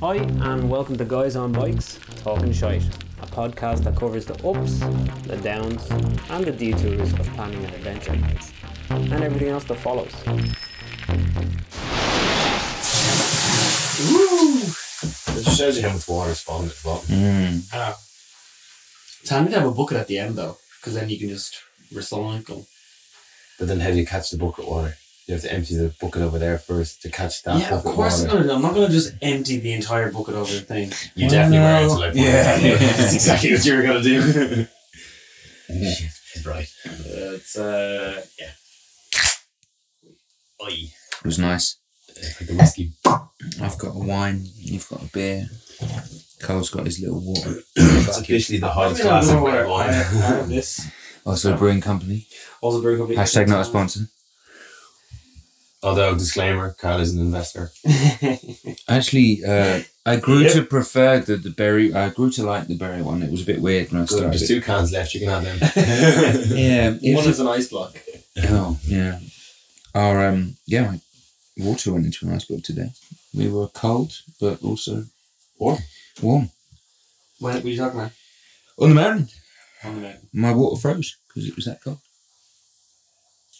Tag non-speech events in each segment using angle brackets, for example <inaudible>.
Hi, and welcome to Guys on Bikes Talking Shite, a podcast that covers the ups, the downs, and the detours of planning an adventure, and everything else that follows. It shows you how much water is falling at the bottom. Oh. It's handy to have a bucket at the end though, because then you can just recycle. But then how do you catch the bucket water? You have to empty the bucket over there first to catch that yeah, bucket of course. I'm, water. gonna, I'm not gonna just empty the entire bucket over the <laughs> thing. You definitely no. were into like Yeah. That's exactly what you were gonna do. Shit, he's right. It's uh, yeah. Oi. It was nice. It's like the whiskey. I've got a wine, you've got a beer. Cole's got his little water. It's officially the hottest glass of red I have, I wine. have this. Also, Oh, Brewing Company. Also, brewing company. Hashtag not a sponsor. <laughs> Although disclaimer, Carl is an investor. Actually, uh, I grew Yep. to prefer the, the berry. I grew to like the berry one. It was a bit weird when I Good. started. There's it. two cans left. You can <laughs> have them. Yeah, it One was is an ice block. a- oh, yeah. Our um, yeah, my water went into an iceberg today. We were cold, but also Warm. Warm <laughs> When, what are you talking about? on the mountain. One minute. My water froze because it was that cold.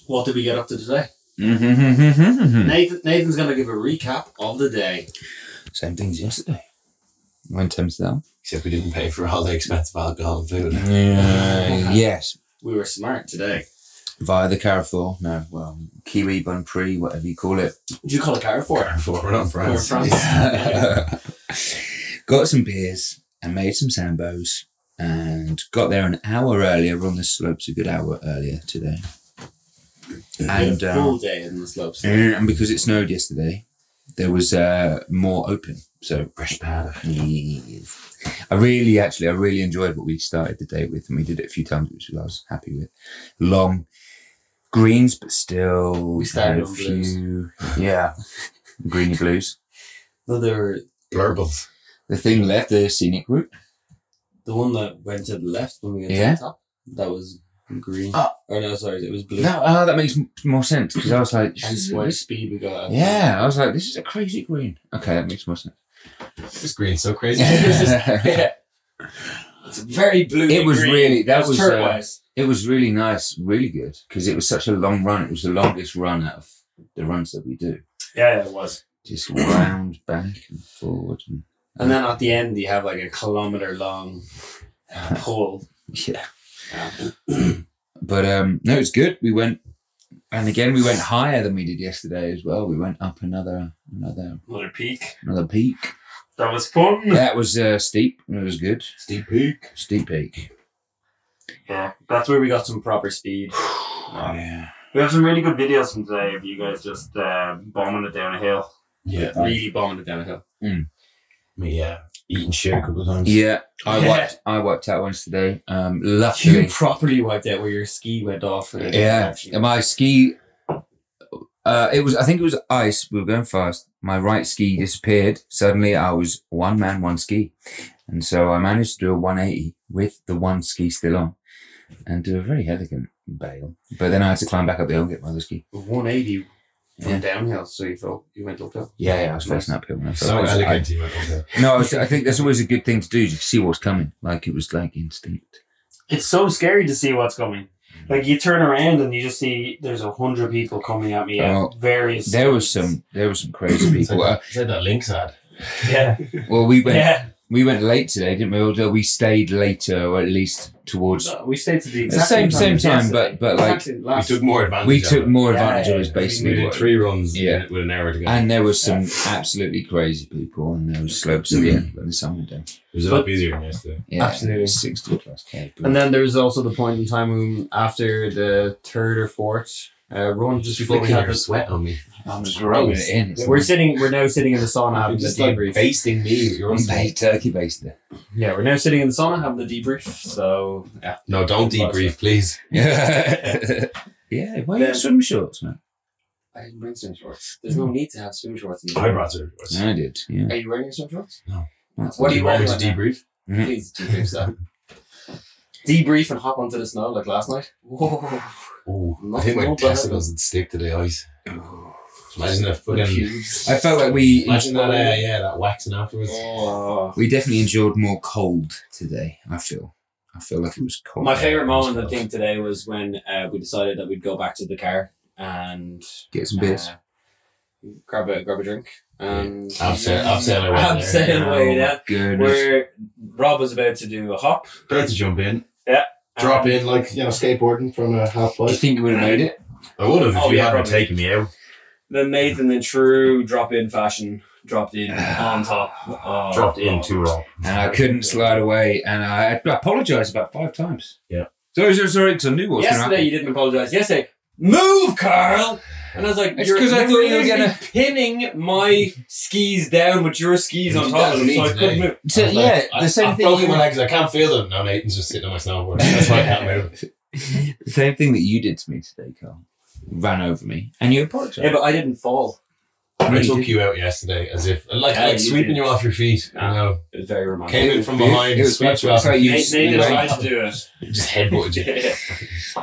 What did we get up to today? Hmm. Mm-hmm. Nathan, Nathan's gonna give a recap of the day. Same things yesterday. Mine temps down. Except we didn't pay for all the expensive alcohol and food. Yeah. yes. We were smart today. Via the Carrefour. No, well, Kiwi Bun Prix, whatever you call it. Did you call <laughs> it Carrefour? Before we're on We're in France. France. <laughs> <laughs> got some beers and made some sambos and got there an hour earlier. We're on the slopes a good hour earlier today. And And, a full uh, day in the slopes. and because it snowed yesterday, there was uh, more open. So Fresh powder. Yes. I really, actually, I really enjoyed what we started the day with, and we did it a few times, which I was happy with. Long greens, but still We started kind of on blues. few- <laughs> yeah, greeny blues. No, they were Blurbles. The thing left the scenic route. The one that went to the left when we went Yeah. to the top. That was green. Oh. Or Ah. no, sorry, it was blue. No, oh, that makes m- more sense because I was like, And this what is, speed we got. <laughs> yeah, I was like, this is a crazy green. Okay, that makes more sense. This green's so <laughs> crazy. <laughs> <laughs> it It's very blue. and was green. really that It's was uh, turquoise. it was really nice, really good because it was such a long run. It was the longest run out of the runs that we do. yeah, yeah, it was. just round back and forward. And, And then at the end, you have like a kilometer long uh, pole. yeah. <clears throat> Yeah. But um, no, it's good. We went, and again, we went higher than we did yesterday as well. We went up another, another, Another peak. another peak. That was fun. That was uh, steep. It was good. Steep peak. Steep peak. Yeah, that's where we got some proper <sighs> speed. Oh, yeah. We have some really good videos from today of you guys just uh, bombing it down a hill. Yeah. Really bombing it down a hill. Me, yeah. Eating shit a couple of times. Yeah, I Yeah. wiped. I wiped out once today. Um, You luckily, properly wiped out where your ski went off. and- yeah, my ski. Uh, it was. I think it was ice. We were going fast. My right ski disappeared. Suddenly, I was one man, one ski, and so I managed to do a one eighty with the one ski still on, and do a very elegant bail. But then I had to climb back up the hill and get my other ski. 180 from Yeah. downhill, so you felt you went uphill. Yeah, yeah, I was facing uphill. When I fell. So I was- elegant. you went over. I- no, I, was- I think that's always a good thing to do. You see what's coming. Like it was like instinct. It's so scary to see what's coming. Mm. Like you turn around and you just see there's a hundred people coming at me Oh, at various. There was speeds. some. There was <coughs> some crazy people. Uh, It's like that Lynx ad. <laughs> <laughs> Yeah, well, we went. yeah. We went late today, didn't we? Although we stayed later, or at least towards No, we stayed to the the exact same same as time, yesterday. but but like Exactly, We last- took more advantage. we of took it. more Yeah, advantage of it. yeah, We Basically, did what- three runs Yeah. with- with an hour to go. and there was some absolutely crazy people on those slopes at the end on the summer day. it was a lot easier than yesterday. Yeah, Mm. Absolutely. sixty plus k. And then there was also the point in time when after the third or fourth uh, run, just before we had this. sweat on me. I'm just rubbing it in. It's We're sitting. We're now sitting in the sauna having I'm the just like debrief. basting me. with your I'm sweat. baked turkey <laughs> based there. yeah, we're now sitting in the sauna having the debrief. So yeah, No, don't debrief, please. Yeah, yeah. Why you Then- got swim shorts, man? I didn't bring swim shorts. There's no need to have swim shorts. In I brought it. I did. Yeah. Are you wearing your swim shorts? No. That's- What are do you you want wearing? me to right now? debrief? Hmm. Please debrief that. debrief and hop onto the snow like last night. Whoa. Oh, I Not think my more bad. testicles would stick to the ice. Imagine that fucking. I felt like we Imagine that, uh, yeah, that waxing afterwards. Oh. we definitely endured more cold today. I feel. I feel like it was cold. My favorite moment, I think, today was when uh, we decided that we'd go back to the car and Get <laughs> some beers. uh, grab a grab a drink. And I'm saying, I'm saying, I went I'm there. saying, wait, yeah. Oh Goodness. Where Rob was about to do a hop. Better to jump in, and- drop in like you know skateboarding from uh, a half Do you pipe. think you would have made it? I would have if Oh, you yeah, hadn't probably. taken me out. Then Nathan, in true drop in fashion, dropped in on top. Oh, Dropped in too wrong. And I couldn't slide away, and I, I apologized about five times. Yeah. Sorry, sorry, sorry, because I knew what was going to happen. Yesterday you didn't apologize. Yesterday, move, Carl. And I was like, It's you're- 'cause I you're thought you were literally gonna- pinning my skis down with your skis on You top of did them, that so I to me couldn't today. move. <laughs> So, I was yeah, like, I- the same I've thing. broken you- my legs. I can't feel them. No, Nathan's just sitting on my snowboard. That's why I can't <laughs> move. the same thing that you did to me today, Carl. You Ran over me, and you apologized. Yeah, but I didn't fall. I Really took did. you out yesterday as if like Yeah, like you sweeping did. you off your feet. You Nah. know, It was very romantic. came in from behind, It was swept you beautiful. off. It's like your you- feet, Nathan you you know, tried tried to do it. just headbutted you. Yeah.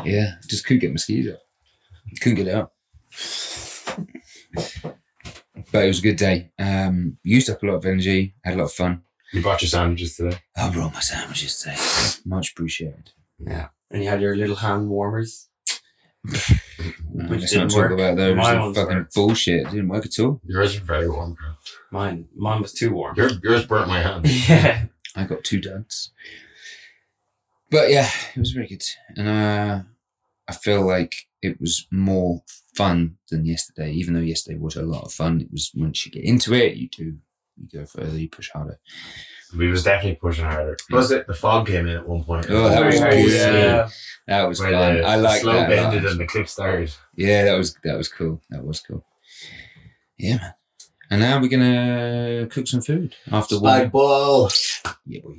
<laughs> Yeah, just couldn't get mosquitoes out. Couldn't get it out. But it was a good day. Um, used up a lot of energy, had a lot of fun. You brought your sandwiches today. I brought my sandwiches today. Much appreciated. <laughs> And you had your little hand warmers. Which Let's didn't not talk work. about those. My It's ones fucking worked. bullshit. It didn't work at all. Yours are very warm, bro. Mine, mine was too <laughs> warm. Your, yours burnt my hand. yeah. I got two duds. But yeah, it was very good. And uh, I feel like it was more fun than yesterday, even though yesterday was a lot of fun. It was once you get into it, you do, you go further, you push harder. We was definitely pushing harder. Was it? The fog came in at one point. Oh, that was Oh, good. yeah. That was Where fun. the I like slow that. a lot. ended and the clip started. Yeah, that was that was cool. That was cool. Yeah, man. And now we're gonna cook some food after one. ball. Yeah, boy.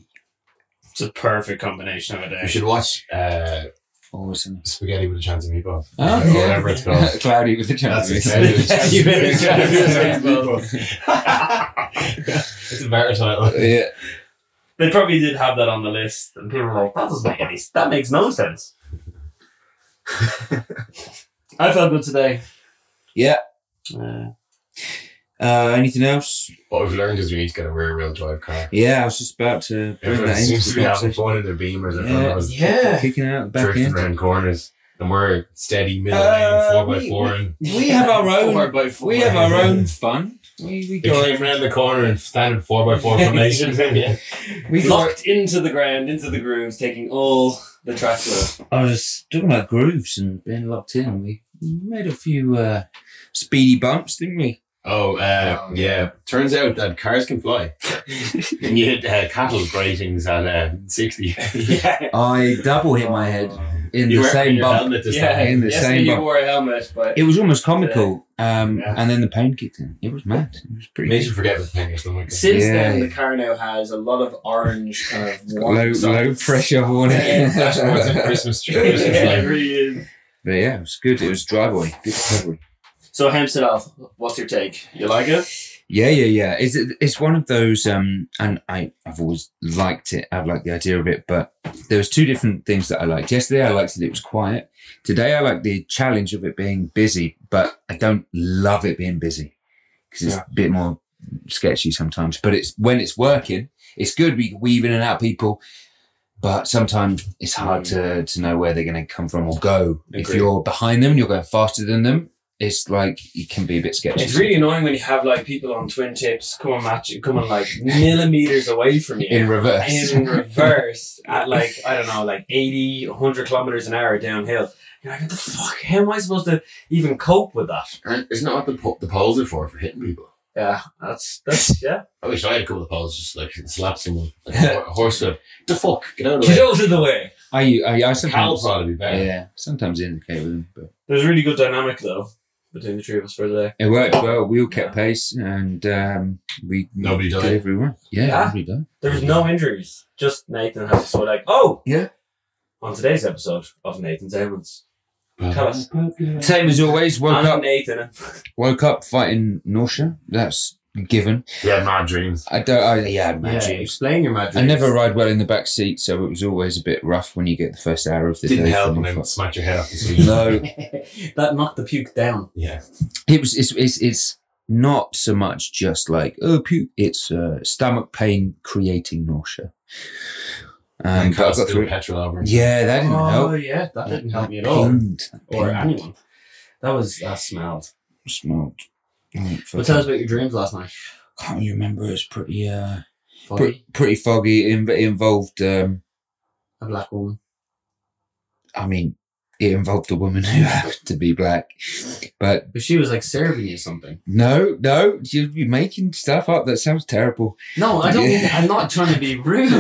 It's a perfect combination of a You day. should watch uh, Awesome. Spaghetti with a Chance of Meatball. Oh, or yeah. whatever it's called. <laughs> Cloudy with the That's chance. Spaghetti <laughs> with a Chance You better <laughs> of <laughs> Meatball. It's a better title. yeah. They probably did have that on the list, and people were like, "That doesn't make any. That makes no <laughs> sense." I felt good today. Yeah. Uh, Uh, anything else? What What we've learned is we need to get a rear wheel drive car. Yeah, I was just about to bring Everyone that into seems the to be having conversation. fun in their beamers. in front of Yeah, us, yeah. Kicking out the back drifting end. around corners. And we're steady middle Uh, lane, 4 by we- 4 and We have our Four own. by four. We have our own fun. We we They go. came around the corner and standing four by four <laughs> formation. yeah. We go. locked into the ground, into the grooves, taking all the track load. I was talking about grooves and being locked in. We made a few uh, speedy bumps, didn't we? <laughs> Oh, uh, yeah. Turns out that cars can <laughs> fly. and you hit uh, cattle gratings at uh, 60. yeah. I double hit my head <laughs> in you the weren't wearing same your bump. helmet this Yeah. time. In the Yesterday same you bu- wore a helmet, but It was almost comical, um, Yeah. and then the pain kicked in. It was mad. It was pretty. Made you good. forget the pain or something. since Yeah. then the car now has a lot of orange kind of warm Low, low sides. <laughs> pressure warning. Yeah, Flashbacks <laughs> of Christmas tree. Christmas it lights. really is. But yeah, it was good. It was driveway. Good recovery. So Hemsedal, what's your take? You like it? Yeah, yeah, yeah. It's it's one of those, um, and I I've always liked it. I've liked the idea of it, but there was two different things that I liked. Yesterday, I liked that it was quiet. Today, I like the challenge of it being busy, but I don't love it being busy because it's a bit more sketchy sometimes. But it's when it's working, it's good. We weave in and out people, but sometimes it's hard to to know where they're going to come from or go. If Mm. Agreed. you're behind them, and you're going faster than them. It's like it can be a bit sketchy. It's really annoying when you have like people on twin tips coming match coming like millimeters away from you. in reverse. <laughs> in reverse at like I don't know, like 80, 100 kilometers an hour downhill. You're like, what the fuck? How am I supposed to even cope with that? Aren't- Isn't that what the, po- the poles are for, for hitting people? Yeah, that's <laughs> that's yeah. I wish I had a couple of poles just like slap someone. Like a ho- horse whip. The fuck? Get out of the Get way. out of the way. I, I, I Cattle sometimes, probably be better. yeah, sometimes indicate with them, but There's a really good dynamic though between the three of us for the day. it worked well. We all kept pace, and um, we Nobody did died. Everyone, yeah, Yeah. nobody died. There was no injuries. Just Nathan has to sort of like, oh Yeah. On today's episode of Nathan's Edwards. Tell us. Same as always. Woke I'm up, Nathan. woke up fighting nausea. That's given. Yeah, mad dreams. I don't. I, yeah, mad yeah, dreams. explain your magic. I never ride well in the back seat, so it was always a bit rough when you get the first hour of the Didn't day. help from and the then fuck- smacked your head off the seat. <laughs> no, that knocked the puke down. Yeah. it was. It's, it's it's not so much just like oh puke. It's uh, stomach pain creating nausea. Um, And but I cost got the through. it. petrol over. Yeah, that didn't Oh help. yeah, that didn't help me at That all, pained, that or pained. anyone. That was that smelled. Smelled. Mm, But tell us fucking- about your dreams last night. Can't really remember. It's pretty. Uh, Foggy, pretty, pretty foggy. In, it involved, um, a black woman. I mean, it involved a woman <laughs> who happened to be black. But But she was like serving you something. no, no, you you're making stuff up. That sounds terrible. <laughs> No, I don't. Yeah. mean- I'm not trying to be rude.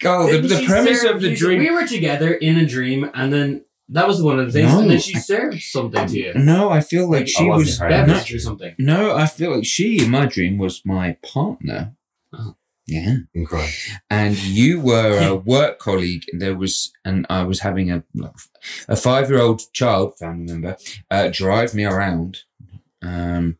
God, the, Didn't the she premise serve of the you- dream. We were together in a dream, and then that was one of the things, and No, then she I- served something to you, No, I feel like Like, she I wasn't was. her. No, beverage or something. no, I feel like she in my dream was my partner. Oh. Yeah, Incredible. <laughs> and you were a work colleague. And there was, and I was having a a five year old child family member uh, drive me around, um,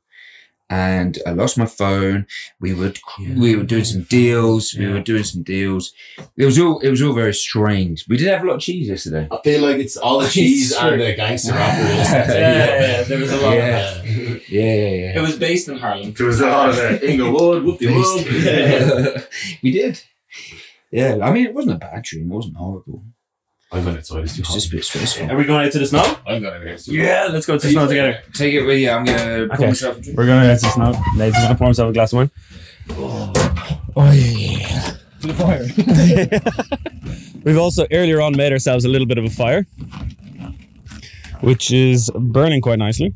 and I lost my phone. We were we were doing some deals. We Yeah. were doing some deals. It was all it was all very strange. We did have a lot of cheese yesterday. I feel like it's all the cheese and the gangster rapper. Yeah, yeah, there was a lot of yeah. Yeah, yeah, It <laughs> was based in Harlem. There was a lot of uh, Inglewood, whoop de whoop. <laughs> <laughs> we did. Yeah, I mean, it wasn't a bad dream. It wasn't horrible. I'm going outside. It's It too was hot. just a bit stressful. Are we going out to the snow? I'm going to here. Yeah, let's go to the snow together. Take it with you. I'm gonna pour Okay. myself a drink. We're going out to snow. Nate's going to pour himself a glass of wine. Oh, yeah, yeah. To the fire. We've also earlier on made ourselves a little bit of a fire, which is burning quite nicely.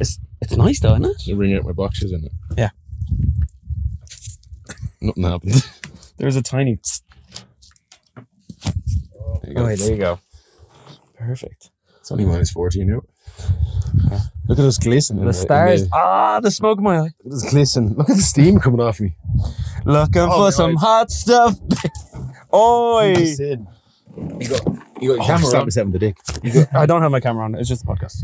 It's, it's nice though, isn't it? They bring out my boxes in it. Yeah. Nothing happened. <laughs> There's a tiny. There you Oh, go. wait, there you go. Perfect. It's only minus 14 out. Look at us glistening. The in stars. in the- Ah, the smoke in my eye. Look at us glisten. Look at the steam coming off me. Looking Oh, my for some eyes. hot stuff. <laughs> Oi! You said- you got, you got your Oh, camera stop on. Seven today. I don't have my camera on. It's just a podcast.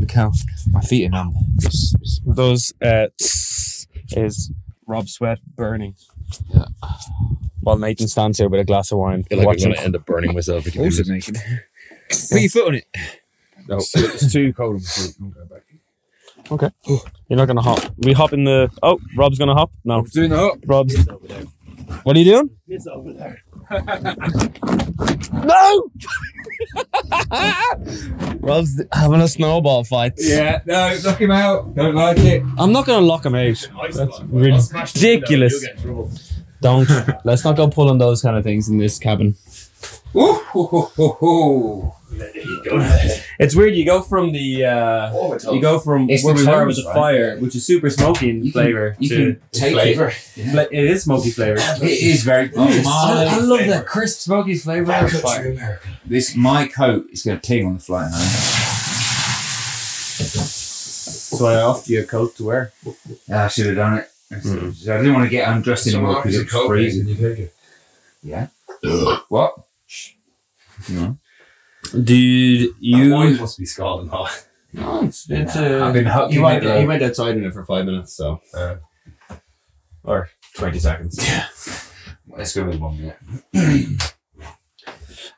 Look how my feet are numb. It's, it's Those uh, tss is Rob Sweat burning. Yeah. While Nathan stands here with a glass of wine, watching. end up burning myself. If also naked. Put your foot on it. No, it's too cold. on my feet. I'm going back. You're not gonna hop. We hop in the. Oh, Rob's gonna hop. No, I'm doing the hop. Rob's. What are you doing? It's over there. <laughs> No. <laughs> Rob's having a snowball fight. Yeah, no, knock him out. Don't like it. I'm not gonna lock him out. That's ridiculous. <laughs> Don't. Let's not go pulling those kind of things in this cabin. Ooh, ho, ho, ho, ho. It's weird. You go from the uh, you go from It's where the we were tones, was a right? fire, which is super smoky in You can- flavor. You to can take it. Flavor. fla- it is smoky flavor. It is very. Oh, <laughs> my. I love that crisp smoky flavor of fire. This my coat is going to ping on the flight home. So I offered you a coat to wear. Hmm. I should have done it. That's- I didn't want to get undressed anymore because it was freezing. You take it. What? No. Dude, You you must be <laughs> scalding hot. it's, it's I've been hugging he went, it, he went outside in it for five minutes, so or twenty seconds. though. Let's go with one minute.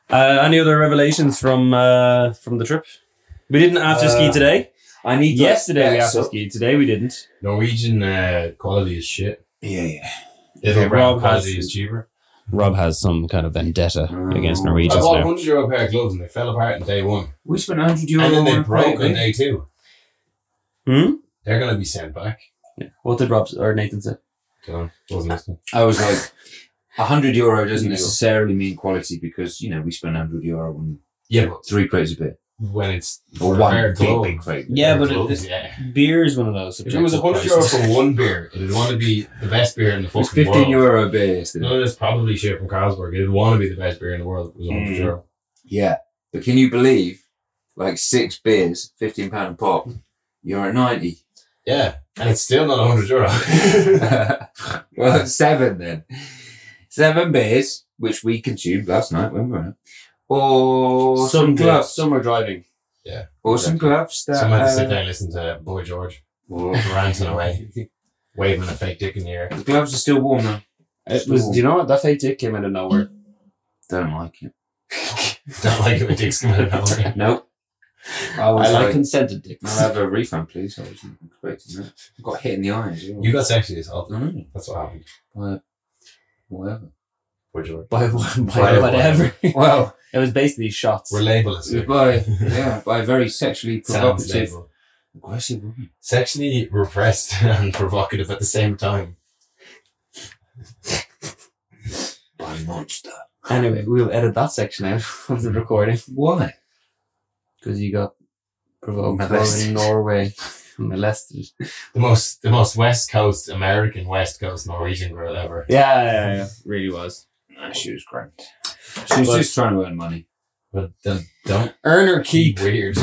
Uh, any other revelations from uh, from the trip? We didn't after ski Uh, today. I need Yesterday we Yeah, after skied. Today we <laughs> didn't. Norwegian uh, quality is shit. yeah, yeah. It'll Yeah, Rob Rob quality has- is cheaper. Rob has some kind of vendetta against I Norwegians bought now. 100 euro pair of gloves and they fell apart in day one. Oh, We spent 100 euro And then they on a broke on plane, day two. Hmm? They're going to be sent back. What did Rob or Nathan say? So, wasn't listening. I <laughs> was like, 100 euro doesn't necessarily mean quality because, you know, we spent 100 euro on Yeah, but three crates a bit. when it's for Or a pair one of big, gloves, big crate. Yeah, but pair of it- gloves, yeah. <laughs> Beer is one of those. If it was subjective prices. 100 euro for one beer, it'd want to be the best beer in the It was fucking 15 world. euro a beer yesterday. No, that's probably shit from Carlsberg. It'd want to be the best beer in the world. if It was 100 Mm. euro. Yeah. But can you believe, like, six beers, £15 a pop, you're at 90? Yeah, and it's still not 100 euro. <laughs> <laughs> well, seven then. Seven beers, which we consumed last night when we were out. Or some, some gloves. some are driving. Or some gloves that. Someone had to sit Uh, down and listen to Boy George. Ranting away. <laughs> Waving a fake dick in the air. <laughs> <laughs> The gloves are still warm though. It was, do you know what? That fake dick came out of nowhere. Don't like it. Don't like it when dicks come out of nowhere. Nope. I was I like like, consented dick. I'll have a refund, please. I wasn't expecting that. I got hit in the eye as well. You got sexually assaulted. Mm, That's what happened. well, whatever. Would you? By, by, by By whatever. well, it was basically shots. We're labelless. it was here. by yeah, by a very sexually <laughs> Sounds provocative, label. aggressive woman. Sexually repressed <laughs> and provocative at the same time. By monster. Anyway, we'll edit that section out <laughs> of the recording Why? because you got provoked over Molested. in Norway, <laughs> molested. The most the most West Coast American West Coast Norwegian girl ever. Yeah, yeah, yeah. Really was. Nah, she was great. She was But- just trying to earn money. But then don't Earn or be keep. weird.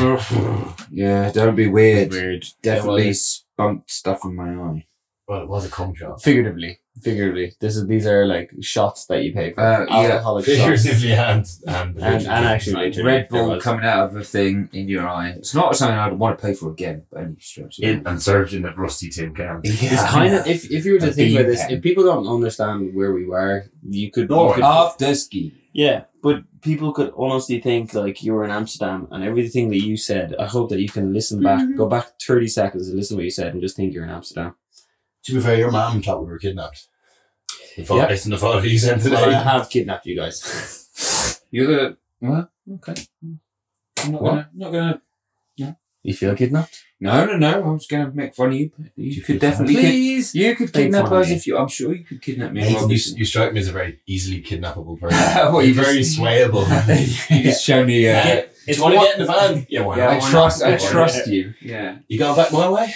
Yeah, don't be weird. Definitely Definitely spunked stuff in my eye. Well, it was a cum job. Figuratively, figuratively. This is these are like shots that you pay for. Uh, yeah. Alcoholic shots. Figuratively and and, And, and actually, literally, Red there Bull was. coming out of a thing in your eye. It's not something I'd want to pay for again by any stretch. in, and served in that rusty tin can. It's kind of if, if you were to A think about bean this, can. if people don't understand where we were, you could. you No, could- after ski. Yeah, but people could honestly think like you were in Amsterdam and everything that you said. I hope that you can listen back, go back 30 seconds and listen to what you said and just think you're in Amsterdam. To be fair, your mom thought we were kidnapped. The photo, Yeah. It's in the photo you sent Well, I today. have kidnapped you guys. You're the what? Okay. I'm not What? gonna. Not gonna. You feel kidnapped? No, no, no. I was gonna make fun of you. but You, You could could definitely. Kid, Please. you could Make kidnap fun of us me. if you. I'm sure you could kidnap me. Nathan, you, Robinson. you strike me as a very easily kidnappable person. What, You're you very just- swayable. <laughs> you just show me. Uh, Yeah. Do you want to get in the van? Yeah, why yeah, not? I trust. I trust you. Yeah. You going back my way?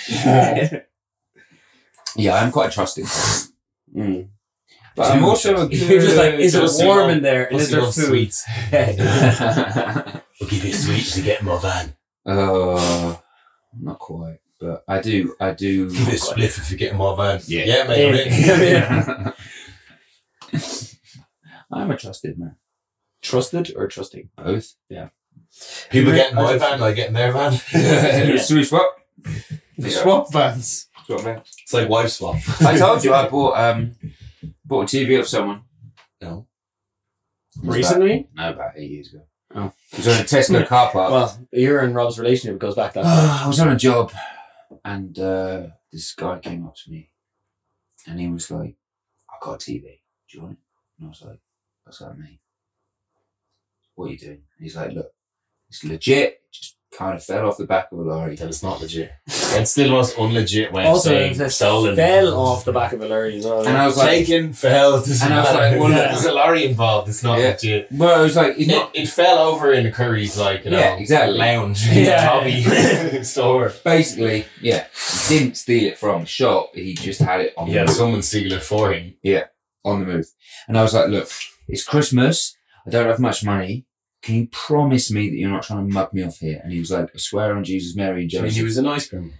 Yeah, I'm quite trusting. Mm. But I'm also a <laughs> You're just like, is Plus it you warm love- in there? And Plus is you there love food? sweets. good. We'll give you sweets to get in my van. <laughs> Uh, not quite, but I do. <laughs> I do. Give you a spliff if you get in my van. Yeah. yeah mate. I'm in. <laughs> I'm a trusted man. Trusted or trusting? Both. <laughs> People get in my van, I get in their van. So we swap. Yeah. Swap vans. Swap man. It's like wife swap. I told you I bought um bought a TV off someone. No. It was Recently? about- no, about eight years ago. Oh. I was on a Tesco car park. Well, you're in Rob's relationship goes back that far. I was on a job, and uh, this guy came up to me, and he was like, "I got a TV. Do you want it?" And I was like, "What's that mean? What are you doing?" And he's like, "Look, it's legit. It just kind of fell off the back of a lorry." Then it's not legit. It's still the most unlegit way Also, of it saying stolen. fell off the back of a lorry as well. And I was like, Taken, fell. doesn't And I was matter. like, well, there's a lorry involved. It's not Yeah. legit. "Well, I was like, It, it's not it fell over in the curry's like you know Yeah, exactly. lounge <laughs> Yeah. lobby store. basically, yeah. He didn't steal it from the shop. He just had it on the Yeah, move- someone steal it for him. on the move." And I was like, "Look, it's Christmas. I don't have much money." Can you promise me that you're not trying to mug me off here? And he was like, I swear on Jesus, Mary, I and mean, Joseph. he was an ice cream.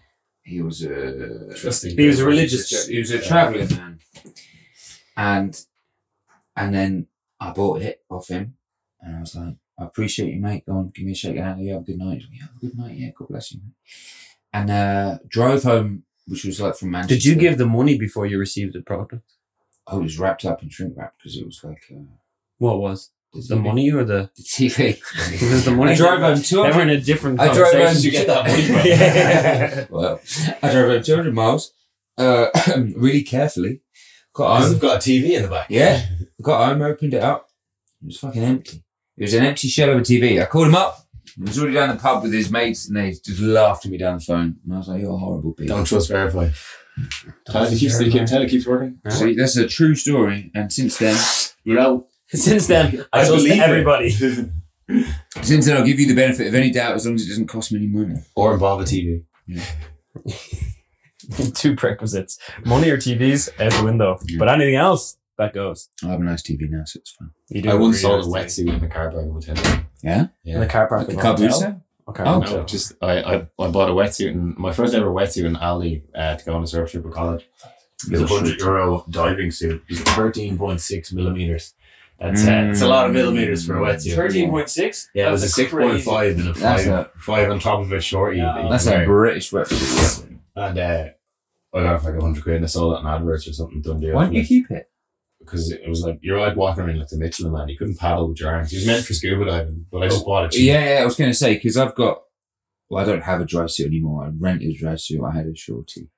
he was a Trusting. He was a religious tra- he was a traveling man and and then i bought it off him and i was like i appreciate you mate go on give me a shake hand you have a good night yeah have a good night yeah god bless you mate. and uh drove home which was like from manchester Did you give the money before you received the product? i was wrapped up in shrink wrap because it was like uh, <laughs> What was? TV. The money or the the tv It was the money. i <laughs> drove home They were 200 in a different I drove conversation. around- you get that money from? <laughs> Yeah. well i drove home 200 miles uh <clears throat> really carefully got home I've got a TV in the back. Yeah. Got home, opened it up. It was fucking empty. It was an empty shell of a TV. I called him up. He was already down the pub with his mates and they just laughed at me down the phone. And I was like, you're a horrible people. trust Verify. Tyler keeps, Tyler keeps working. See, that's a true story. And since then, No. Since then, I, I trust believe it. everybody. since then, I'll give you the benefit of any doubt as long as it doesn't cost me any money. Or involve a TV. Two prerequisites: money or TVs out the window. Mm. Yeah. But anything else, that goes. I have a nice TV now, so it's fine. You I once really sold a nice wetsuit in a car park hotel. in the car park. The of a hotel. Caboose? Okay. Oh. No, just I, I, I bought a wetsuit and my first ever wetsuit in Aldi uh, to go on a surf trip at college. It's a hundred euro diving suit. It's thirteen point six millimeters. That's uh, it's a lot of millimeters for a wetsuit. Thirteen point six. Yeah, it was a six point five and a That's five, five on top of a shorty. that you That's can a wear. British reference. And uh, I got it for like 100 quid and I sold it on adverts or something. Done deal. Why don't you keep it? Because it was like, you're like walking around like the Michelin man. You couldn't paddle with your arms. It was meant for scuba diving, but I just bought it. cheap. Yeah, yeah, I was going to say because I've got. Well, I don't have a dry suit anymore. I rented a dry suit. I had a shorty.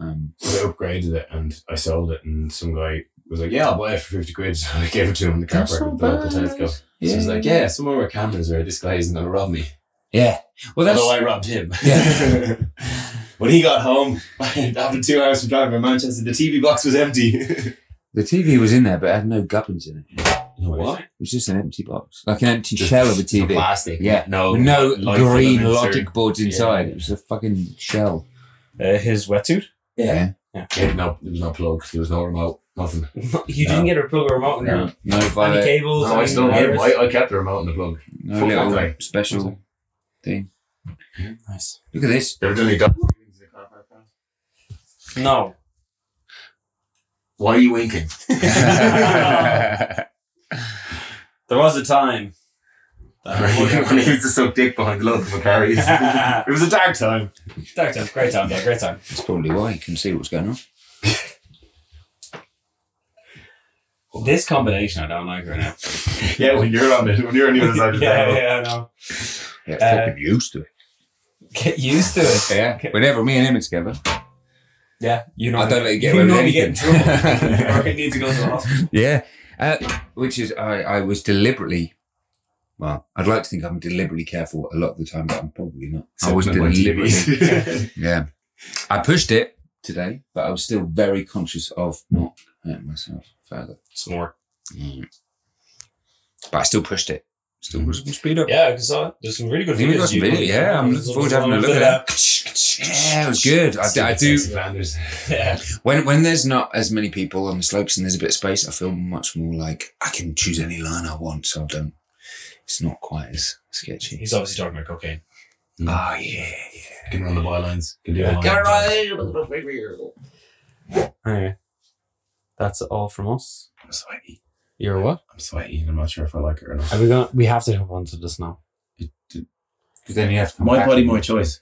Um, So I upgraded it and I sold it. And some guy was like, yeah, I'll buy it for 50 quid. <laughs> So I gave it to him in the car That's park not at the local bad. Tesco. So yeah. he's like, yeah, somewhere where cameras are, this guy isn't going to rob me. yeah. Well, that's Although I robbed him. Yeah. <laughs> when he got home, <laughs> after two hours of driving in Manchester, the TV box was empty. <laughs> the TV was in there, but it had no gubbins in it. what? It was just an empty box, like an empty shell of a TV. Plastic. Yeah. No. With no light green filaments or- logic boards inside. It was a fucking shell. Uh, his wetsuit. Yeah. Yeah, no, there was no plug. There was no remote. Nothing. You No. didn't get a plug or remote in there. No, no, Any violet, cables? No, I any still had wires? it. I, I kept the remote and the plug. no Fuck that little guy. special thing. Nice. Look <laughs> at this. They were doing a dog- No. Why are you winking? There was a time. <laughs> when he used to suck dick behind the local <laughs> Macarius. it was a dark time. Dark time. Great time. Yeah, great time. That's probably why you can see what's going on. This combination I don't like right now. Yeah, when you're on it, when you're on the other side of the <laughs> Yeah, table. yeah, I know. Yeah, Uh, fucking used to it. Get used to it. Yeah. Whenever me and him are together, Yeah, you know. I don't let you get you away with know me get in anything. trouble. <laughs> <laughs> or I need to go to the hospital. Yeah. Uh, which is, I, I was deliberately, well, I'd like to think I'm deliberately careful a lot of the time, but I'm probably not. I was deliberately. <laughs> yeah. I pushed it today, but I was still very conscious of not hurting myself further. Snort. Mm. But I still pushed it. Still was speed up. Yeah, because uh, there's some really good I think we got videos. some you video. did. Yeah, I'm looking There's forward to some having a look little at that. Yeah, it was good. I, I do. Flanders. <laughs> Yeah. When when there's not as many people on the slopes and there's a bit of space, I feel much more like I can choose any line I want, so I don't. It's not quite as sketchy. He's obviously talking about cocaine. Oh yeah. Can run the bylines. Can do the Get lines. Anyway, that's all from us. I'm sweaty. You're what? I'm sweaty and I'm not sure if I like it or not. Are we going? to We have to jump onto this now. But then you have to come My back. body, my choice.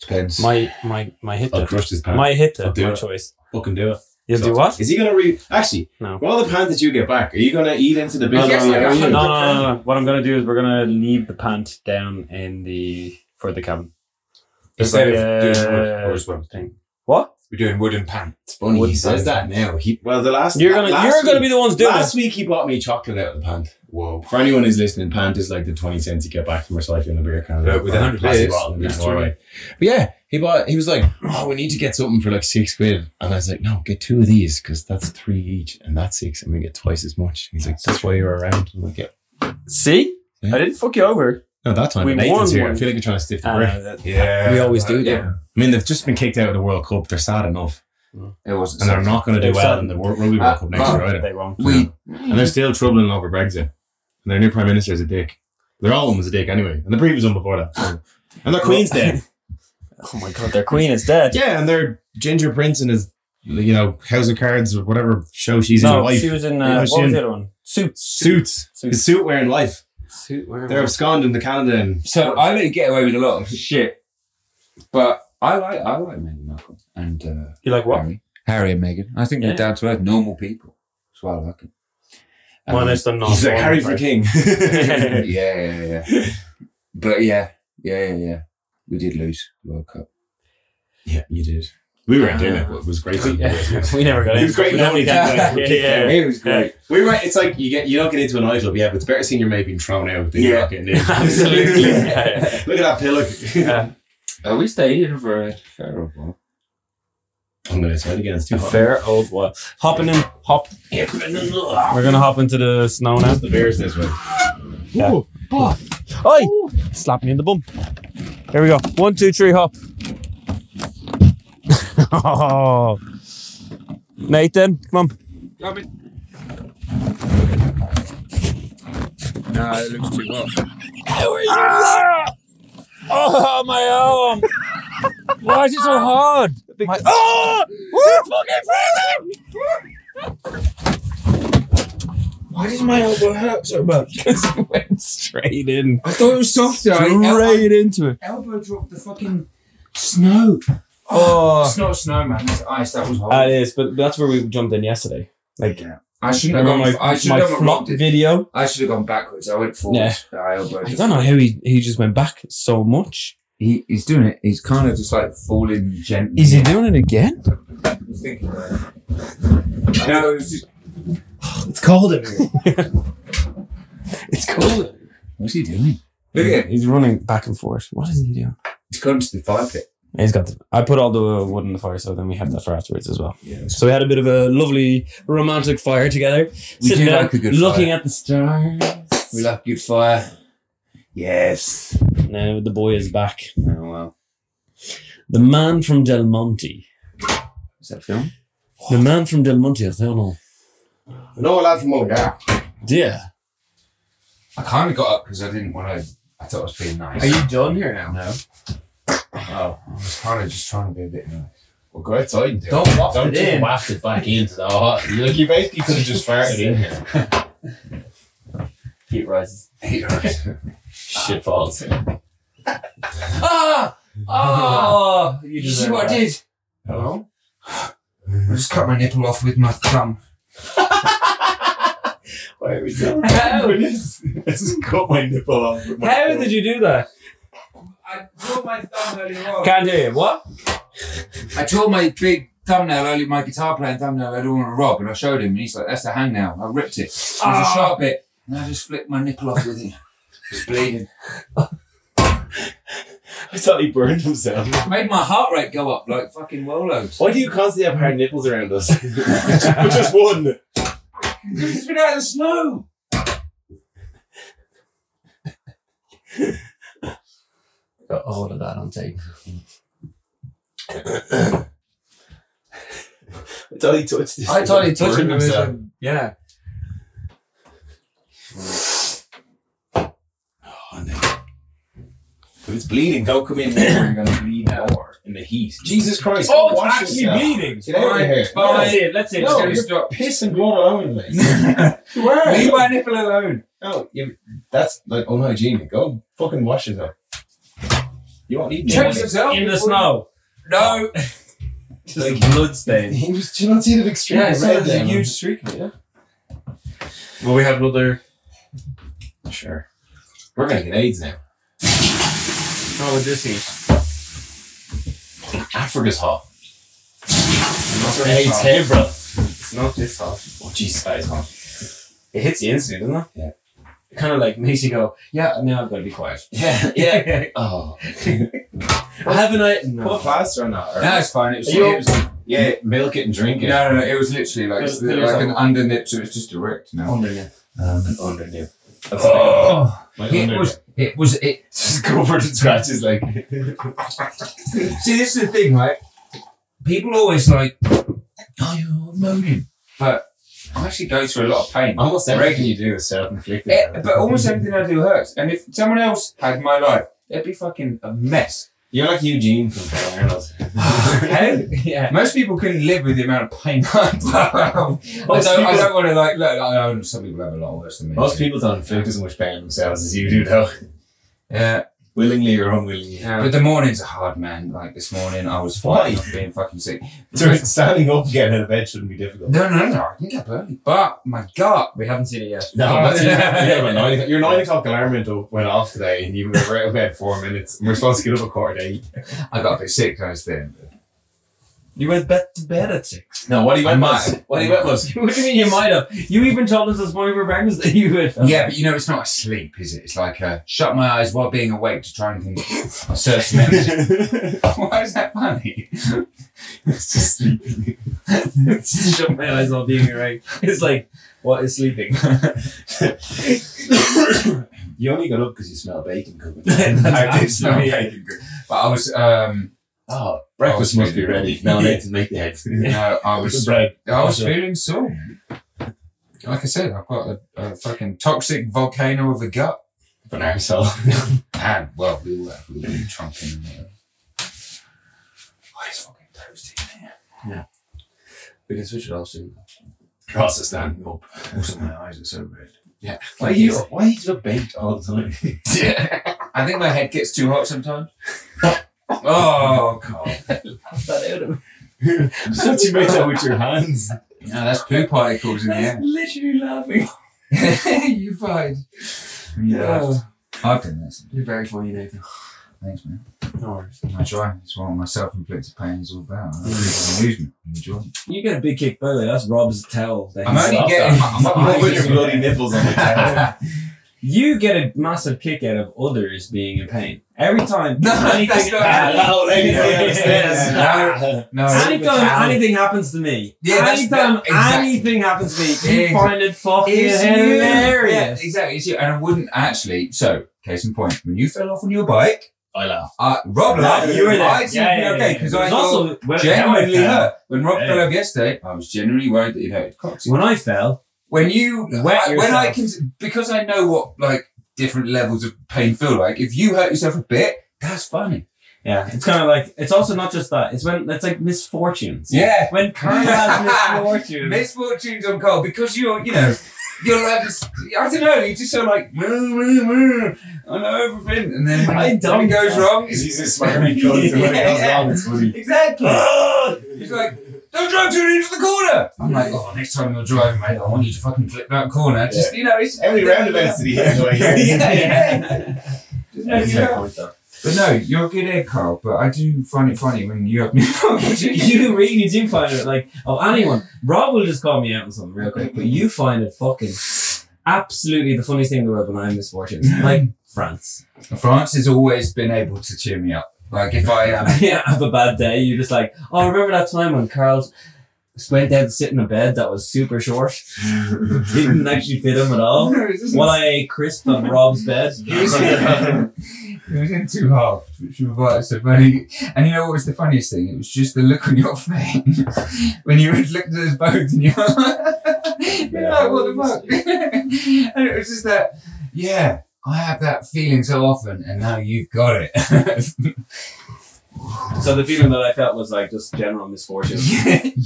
Depends. My my my hit. I'll there. crush this pants. My hit. I'll there, do My it. choice. fucking do it. You'll do what? Is he gonna re? Actually, No. All the pants that you get back, are you gonna eat into the big? No, no, Yes, I no, no, got no, you. no, no, no. What I'm gonna do is we're gonna leave the pant down in the for the cabin. It's like Yeah. doing wood, uh, or is what Thing. What? We're doing wooden pan. It's funny. Wouldn't He says that now. He well, the last You're gonna last you're gonna week- be the ones doing Last this. week he bought me chocolate out of the pant. Whoa. For anyone who's listening, pant is like the twenty cents you get back from recycling the beer can. Yeah, with Or 100 plastic beers, bottle in the that's doorway. right. But yeah, he bought. He was like, "Oh, we need to get something for like six quid," and I was like, "No, get two of these because that's three each, and that's six, and we get twice as much." He's like, "That's why you're around." I'm like, "Yeah." See, Yeah. I didn't fuck you over. No, that time We Nathan's won here. I one. feel like you're trying to stiff the I breath. know that- Yeah, We always do that. Yeah. I mean, they've just been kicked out of the World Cup. They're sad enough, It wasn't. and they're not going to do They're well sad. in the Wor- Rugby World Uh, Cup next uh, year either. They won't. We. And they're still troubling over Brexit. And their new prime minister is a dick. They're all one was a dick anyway, and the previous one before that. So- And their queen's dead. Oh my god, their queen is <laughs> dead. yeah, and their Ginger Prince and his, you know, House of Cards or whatever show she's in. no, Life she was in. Yeah, Uh, she what was in- the other one? Suits. suits. His suit wearing life. Suit. Where They're was- absconding to Canada and So I let you get away with a lot of shit, but I like I like Meghan Markle and uh, you like what? Harry. Harry and Meghan. I think they're Yeah. down to earth, normal people. That's why I like them. Um, Minus the non. he's like Harry for King. yeah, <laughs> yeah, yeah. but yeah, yeah, yeah, yeah. We did lose the World Cup. <laughs> yeah, you did. We weren't doing it, but it was <laughs> great. we never got It in. was great We knowing never that. got in. <laughs> Yeah, yeah, yeah. It was great. <laughs> We were it's like you get you don't get into an idol, but yeah, but it's better seeing your mate being thrown out than you're Yeah. not getting in. <laughs> Absolutely. Yeah, yeah. <laughs> Look at that pillock. <laughs> Yeah. Uh, we stayed here for a fair old while. I'm gonna say it again, it's too A hot. fair old what? Hopping in, hop. We're gonna hop into the snow now. That's the bears this way. Oi! Slap me in the bum. Here we go. One, two, three, hop. <laughs> oh. Nathan, come on. No, it looks too hot. Oh, my arm. Why is it so hard? My- oh! Woo! Fucking freezing! Why does my elbow hurt <laughs> so much? Just went straight in. I thought it was softer. I- Straight into it. elbow dropped the fucking Snow. Oh, It's not snow, man. It's ice. That was that horrible. Uh, is. But that's where we jumped in yesterday. Like, I shouldn't have remember gone. my, I should my have gone flop rocked it. video. I should have gone backwards. I went forwards. I elbowed. I it. don't know how he he just went back so much. He, he's doing it. He's kind of just like falling gently. Is he doing it again? I'm thinking about it. I know, it was just- <sighs> It's cold in here. It's cool. What's he doing? Look at him. He's running back and forth. What is he doing? He's gone to the fire pit. He's got. The, I put all the wood in the fire, so then we have that for afterwards as well. Yeah. So we had a bit of a lovely romantic fire together. We sitting do down, like a good looking fire. at the stars. We love good fire. Yes. Now the boy is back. Oh wow. The man from Del Monte. Is that a film? Oh, The man from Del Monte. I don't know. No, a lad from over there. Yeah. I kind of got up because I didn't want to. I thought I was being nice. done here now? No. Oh. I was kind of just trying to be a bit nice. Well, go outside and do Don't it. waft Don't it just in. waft it back into the hot. Like, you basically could have just farted in here. <laughs> Heat rises. Shit falls. ah! Ah! you see deserve what I that. did? Hello? I just cut my nipple off with my thumb. Why are we so How? for this? I just cut my nipple off. with my How did you do that? I tore my thumb earlier on. Can't hear you. What? I tore my big thumbnail earlier, my guitar playing thumbnail I don't want to rob, and I showed him, and he's like, that's the hangnail. I ripped it. It was a sharp bit, and I just flipped my nipple off with it. It's bleeding. I thought he burned himself. Made my heart rate go up like fucking Wolos. Why do you constantly have hard nipples around <laughs> us? But just one. Because <laughs> it's been out of the snow. Got all of that on tape. I thought he touched this. I totally touched him. Burned himself. Yeah. If it's bleeding, don't come in there. You're gonna bleed more in the heat. Jesus Christ! Oh, it's wash actually yourself. bleeding. Get out of here! Fine. Let's Oh, see it. Let's see it. No, Let's you're get it. pissing blood all over the place. You are. Leave <laughs> my nipple alone. No, you, that's like unhygienic. Go fucking wash yourself. You won't need Check money. yourself. in the before- snow. No. Just a blood stain. He was, do <laughs> you not see the big streak? Yeah, I of saw red there's a down? huge streak. Yeah. Well, we have another. Sure. We're gonna get AIDS now. Oh, with this heat. Africa's hot. AIDS here, bro. It's not this hot. Oh, Jesus, that is hot. It hits you instantly, doesn't it? Yeah. It kind of like makes you go, yeah, now I've got to be quiet. Yeah, <laughs> yeah. oh. Haven't I? Put a plaster on that. or- No, it's fine. It was, Are you- it was Yeah, milk it and drink it. no, no, no. It was literally like, Just like yourself. an undernip, so it's just direct. No. Um, an undernip. That's Oh, my it undernip. was. It was. It. <laughs> just covered in scratches, <laughs> like. See, this is the thing, right? People always like, oh, you're moaning, but I actually go through a lot of pain. Almost everything everything you do is self-inflicted. Eh, but almost everything I do hurts, and if someone else had my life, it'd be fucking a mess. You're like Eugene from Paul <laughs> Arnold. Hey? Yeah. Most people couldn't live with the amount of pain I have. I don't, I don't want to like look. I know some people have a lot worse than me. Most people don't inflict as much pain on themselves as you do, though. Yeah, Willingly or unwillingly. but the morning's are hard, man. Like this morning, I was fighting Why? off being fucking sick. So it's standing up again in a bed shouldn't be difficult. No, no, no. I can get early, but my God, We haven't seen it yet. No, that's <laughs> you have a nine o'clock. Your nine o'clock alarm went up- went off today, and you were out of bed four minutes. And we're supposed to get up a quarter to eight. I got a bit sick. I was then. You went back to bed at six. No, what he went was- was. What he went <laughs> was. what do you mean you might have? You even told us this morning for breakfast that you would. Yeah, but you know, it's not a sleep, is it? It's like a shut my eyes while being awake to try and think, search some energy. <laughs> <laughs> Why is that funny? <laughs> It's just sleeping. Shut my eyes while being awake. It's like, what is sleeping? you only got up because you smell bacon <laughs> cooking. I did That's smell absolutely- bacon good. <laughs> But I was, um, Oh, breakfast must be ready. Now I need to make the eggs. no, <laughs> I was, bread. I was feeling sore. Like I said, I've got a, a fucking toxic volcano of a gut. An <laughs> arsehole. And, well, we all have a little chunk in there. Oh, it's fucking toasty in there. We can switch it off soon. Ross is standing up. Also, my eyes are so red. Yeah. Why are you, <laughs> why are you so baked all the time? <laughs> Yeah. I think my head gets too hot sometimes. Oh, God. that out of him. Don't you make that with your <laughs> hands? No, that's poo particles in the That's air. <laughs> literally laughing. you find. Yeah. Oh, I've done this. you're very funny, Nathan. Thanks, man. No worries. I try. That's what my self-inflicted pain is all about. I really amusement, enjoyment. You get a big kick, by the way. That's Rob's towel. that I'm he only slapped getting. at. <laughs> <laughs> I'm, Not with your always- bloody nipples <laughs> on the towel. You get a massive kick out of others being in pain. Every time. No, anything, that's not- Ah, that old lady downstairs. Yeah, <laughs> <laughs> no, no, Anytime anything happens to me, Yeah, that's- anytime that- exactly. anything happens to me, you Exactly. find it fucking It's you. Yeah, hilarious. exactly. It's you. And I wouldn't actually. So, case in point, when you fell off on your bike, I laugh. uh, Rob laughed. you were there. I seemed to be okay because I There's thought also when, genuinely when I fell, hurt. When Rob Yeah. fell off yesterday, I was genuinely worried that he'd hurt his coccyx. when I fell, When you, Wet I- when I yourself. can, because I know what like different levels of pain feel like. If you hurt yourself a bit, that's funny. yeah, it's kind of like it's also not just that. It's when it's like misfortunes. Yeah. When Carl <laughs> has misfortunes. Misfortunes on Carl because you're, you <laughs> know, your life is, I don't know, you're just so like, "Woo, woo, woo, I know everything. And then when, I it- when don't it goes know. wrong, Because it's, he's a smarmy cunt and when it goes wrong, it's funny. <laughs> exactly. He's like, don't drive too near to the corner. I'm like, oh, next time you're driving, mate, I want you to fucking flip that corner. Just, you know, it's. How many roundabouts did he hit anyway <laughs> <laughs> yeah, here? yeah. Just Yeah, makes he's you got a laugh. point though. But no, you're a good egg, Carl, but I do find it funny when you have me <laughs> <laughs> you really do find it like of anyone. Rob will just call me out on something real quick, but you find it fucking absolutely the funniest thing in the world when I'm <laughs> misfortunes. Like France. <laughs> France has always been able to cheer me up. Like, if I am. yeah, have a bad day. You're just like, oh, remember that time when Carl went down to sit in a bed that was super short, <laughs> didn't actually fit him at <laughs> all. <laughs> While I ate crisp on Rob's bed. <laughs> it was in two halves, which was why it's so funny. And you know what was the funniest thing? It was just the look on your <laughs> face when you would looked at us both and you were like, <laughs> you're like what the fuck? <laughs> and it was just that, yeah, I have that feeling so often, and now you've got it. <laughs> So the feeling that I felt was like just general <laughs> misfortune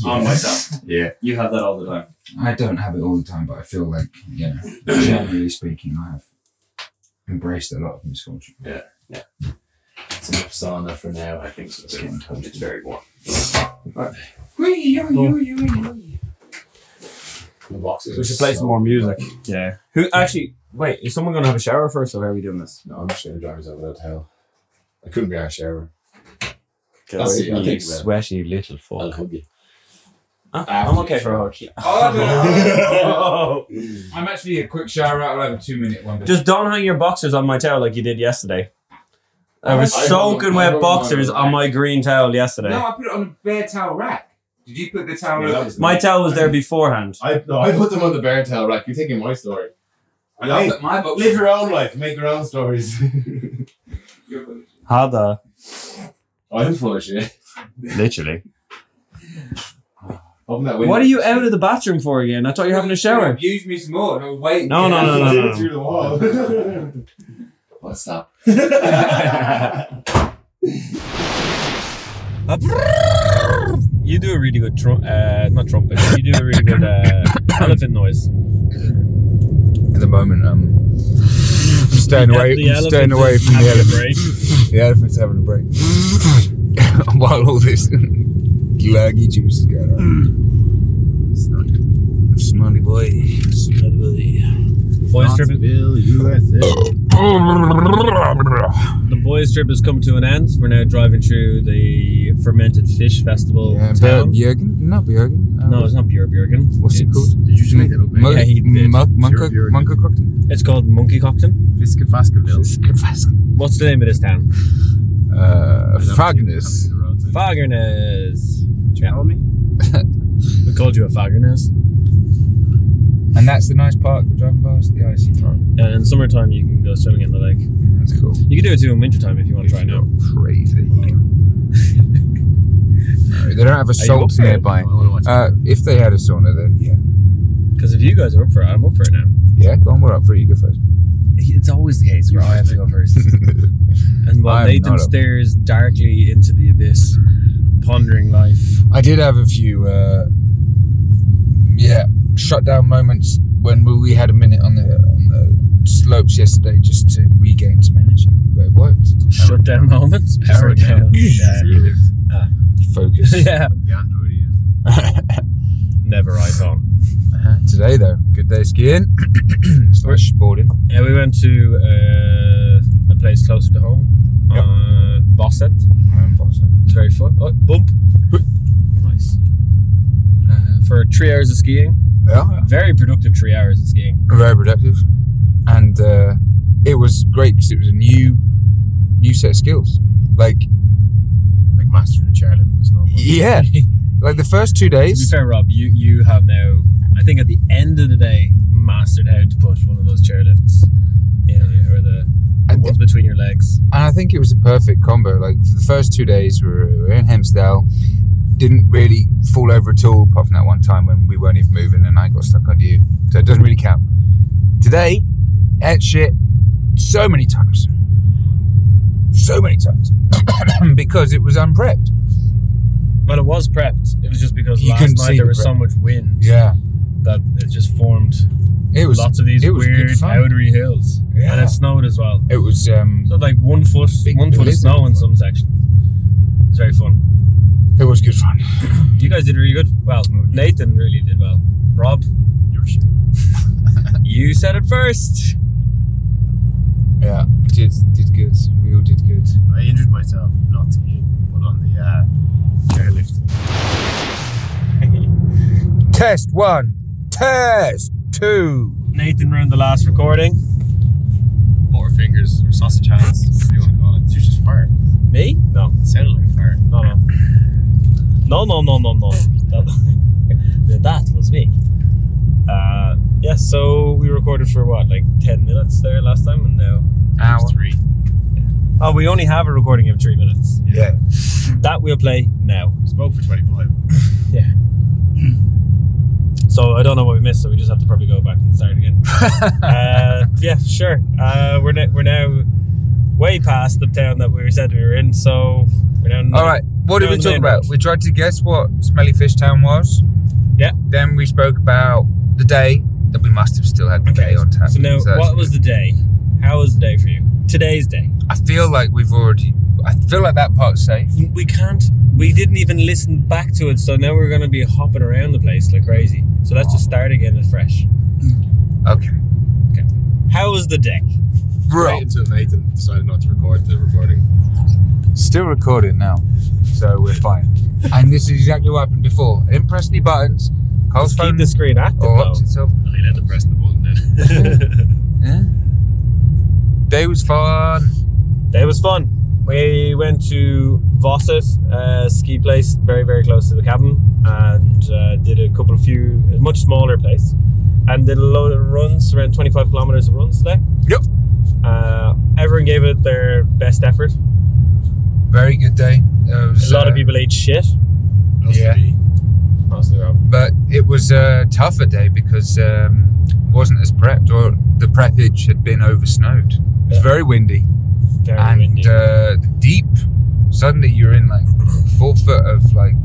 on myself. Yeah. You have that all the time. I don't have it all the time, but I feel like, you know, generally speaking, I have embraced a lot of misfortune. It's enough sauna for now, I think. So it's getting cold. It's very warm. The boxes We should play some more music. Yeah. Who actually? Wait, is someone gonna have a shower first, or how are we doing this? No, I'm just going to drive myself without hell. I couldn't be our shower. Wait, That's it. I you think so. sweaty little I'll fuck. hug you. I'm okay for a hug. <laughs> I'm actually a quick shower out. I'll have a two minute one. Just don't hang your boxers on my towel like you did yesterday. I was I soaking don't- I wet don't boxers know. on my green towel yesterday. No, I put it on the bare towel rack. Did you put the towel? Yeah, that on- was My towel was there beforehand. I, no, I put them on the bear tail rack. You're taking my story. I put my box. Live your own life. Make your own <laughs> stories. How the? I'm full of shit. Literally. Open that window. What are you out of the bathroom for again? I thought you were having a shower. Use me some more. And I'll wait. No, no, no, no, no. no. Through the <laughs> wall. What's that? You do a really good trum- uh, not trumpet. You do a really good uh, <coughs> elephant noise. At the moment, um, I'm staying away, The I'm elephant staying away is from the having a elephant. break. <laughs> The elephant's having a break while all this <laughs> laggy juice is going on. Smelly boy, <laughs> smelly boy. Boys trip. The boys trip has come to an end. We're now driving through the fermented fish festival. Yeah, town. Björgen? Not Björgen. No, it's not Björgen. What's it called? Did you just make that up? Mon- Yeah, he did. Mon- Monka, Björgen. Monka Crockton? It's called Monkey Cockton. Fiske Faskeville. What's the name of this town? Uh, Fragnus. Fagerness. Tell me. <laughs> We called you a Fagerness. And that's the nice park we're driving past, the icy park. And in summertime, you can go swimming in the lake. That's cool. You can do it too in wintertime if you want to try now. Crazy. <laughs> no, they don't have a you up salt for it? nearby. Uh, if they had a sauna, then yeah. Because if you guys are up for it, I'm up for it now. Yeah, go on, we're up for it. You go first. It's always the case where I have to go <laughs> first. And while I'm Nathan not up. stares darkly into the abyss, pondering life. I did have a few, uh, yeah, shutdown moments when we- we had a minute on the on the slopes yesterday just to regain some energy. Wait, But what? Shut down moments. Power <laughs> down. Yeah. Focus. <laughs> yeah. The Android is. <laughs> Never iPhone. Uh, Today though, good day <coughs> skiing. Slash boarding. Yeah, we went to uh, a place closer to home. Yep. Uh, Bosset. Um, It's very fun. Oh, bump. Nice. Uh, for three hours of skiing. yeah, Very productive three hours of skiing. very productive, and uh, it was great because it was a new, new set of skills. Like Like mastering a chairlift and snowboard. <laughs> yeah, like the first two To be days. fair, Rob, you, you have now, I think at the end of the day, mastered how to put one of those chairlifts in or the And, ones between your legs. and I think it was a perfect combo. Like for the first two days, we were, we were in Hemsdale, didn't really fall over at all, apart from that one time when we weren't even moving and I got stuck on you. So it doesn't really count. Today, ate shit so many times, so many times, <coughs> because it was unprepped. Well, it was prepped. It was just because You last couldn't night see there the was so much wind Yeah, that it just formed it was. lots of these it was good weird fun. powdery hills, and Yeah, it snowed as well. it was. Um, So like one foot, Big one foot of blizzard. snow in some sections. It's very fun. it was good fun. You guys did really good. Well, Nathan really did well. Rob, You're shit. you said it first. Yeah, did did good. We all did good. I injured myself not skiing, but on the uh, chairlift. Test one, test two. Nathan ruined the last recording. Or fingers, or sausage hands, whatever you want to call it. It's just fire. Me? No, It sounded like fire. no, no, no, no, no, no, no. That, <laughs> that was me. Uh, yeah. So we recorded for what, like ten minutes there last time, and now. Hour. Three. Oh, we only have a recording of three minutes. Yeah. That we'll play now. We spoke <laughs> for 25. So I don't know what we missed, so we just have to probably go back and start <laughs> again. uh, yeah, sure. Uh, we're, ne- we're now way past the town that we said we were in, so we're now. in- All right. What did You're we on the talk main about? road. We tried to guess what Smelly Fish Town was. Yeah. Then we spoke about the day that we must have still had the Okay. day on tap. So now, that's what was good. the day? How was the day for you? Today's day. I feel like we've already. I feel like that part's safe. We can't. We didn't even listen back to it, so now we're going to be hopping around the place like crazy. So let's just start again and fresh. Okay. How was the day? Bro. Wait until Nathan decided not to record the recording. Still recording now, so <laughs> we're fine. and this is exactly what happened before. I didn't press any buttons. Carl's Just keep phone the screen active or though. locked itself. And he ended up pressing the button then. <laughs> Yeah. <laughs> Day was fun. It was fun. We went to Vosset, uh, ski place, very, very close to the cabin, and uh, did a couple of few, a much smaller place, and did a load of runs, around 25 kilometers of runs today. Yep. Uh, everyone gave it their best effort. Very good day. There was, A lot uh, of people ate shit. Mostly Yeah. me. Mostly Rob. but it was a tougher day because um, it wasn't as prepped or the preppage had been oversnowed. It was very windy Very and windy. Uh, deep. Suddenly you're in like four foot of like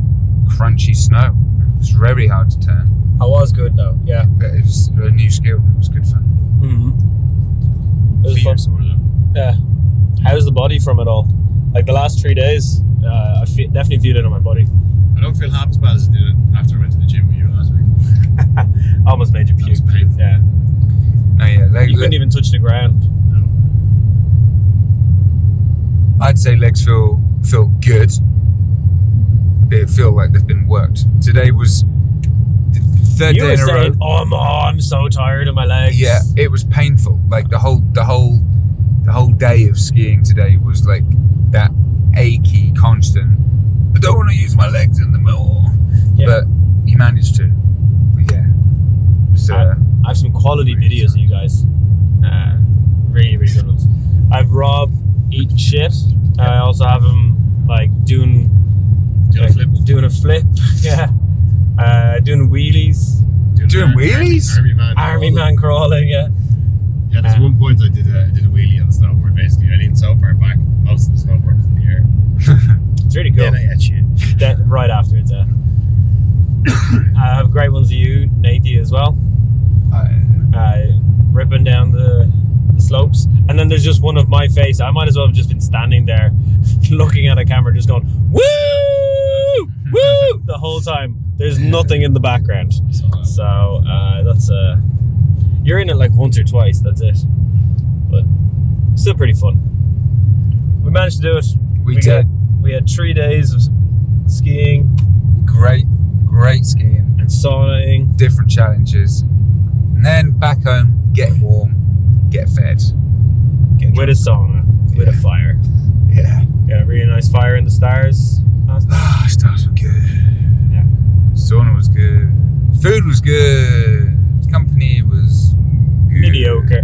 crunchy snow. It was very hard to turn. I was good though. Yeah. But it was a new skill. It was good fun. Mm-hmm. It was Feet fun. or somewhere though. Yeah. How's the body from it all? Like the last three days, uh, I fe- definitely feel it on my body. I don't feel half as bad as I did after I went to the gym with you last week. Almost made you That was puke. painful. Yeah. No, yeah. Leg, You couldn't even touch the ground. I'd say legs feel feel good. They feel like they've been worked. Today was the third you day were in a row. saying, "Oh, I'm, oh, I'm so tired of my legs." yeah it was painful like the whole the whole the whole day of skiing today was like that achy constant i don't want to use my legs anymore Yeah. but you managed to but yeah so I have some quality videos of you guys. Uh, really, really good ones. I have Rob eating shit. I also have him like doing Doing a like, flip. doing a flip. <laughs> yeah, uh, doing wheelies, Doing an arm- wheelies? Army man. army man crawling. Yeah, Yeah, there's one point I did a, I did a wheelie on the snowboard basically. I leaned so far back, most of the snowboard was in the air. it's really cool. Then I ate shit. <laughs> Then- right afterwards, yeah. I have great ones of you, Nathy, as well. I, Uh, ripping down the the slopes, and then there's just one of my face. I might as well have just been standing there, <laughs> looking at a camera, just going woo, woo the whole time. There's nothing in the background, so uh, that's uh, you're in it like once or twice. That's it, but still pretty fun. We managed to do it. We, got- did we had three days of skiing great, great skiing, and saunaing. different challenges, and then back home, get warm, get fed. with a sauna, with a fire. Yeah, Got a really nice fire in the stars. last night. ah, stars were good. Yeah. sauna was good. Food was good. Company was good. Mediocre, <laughs>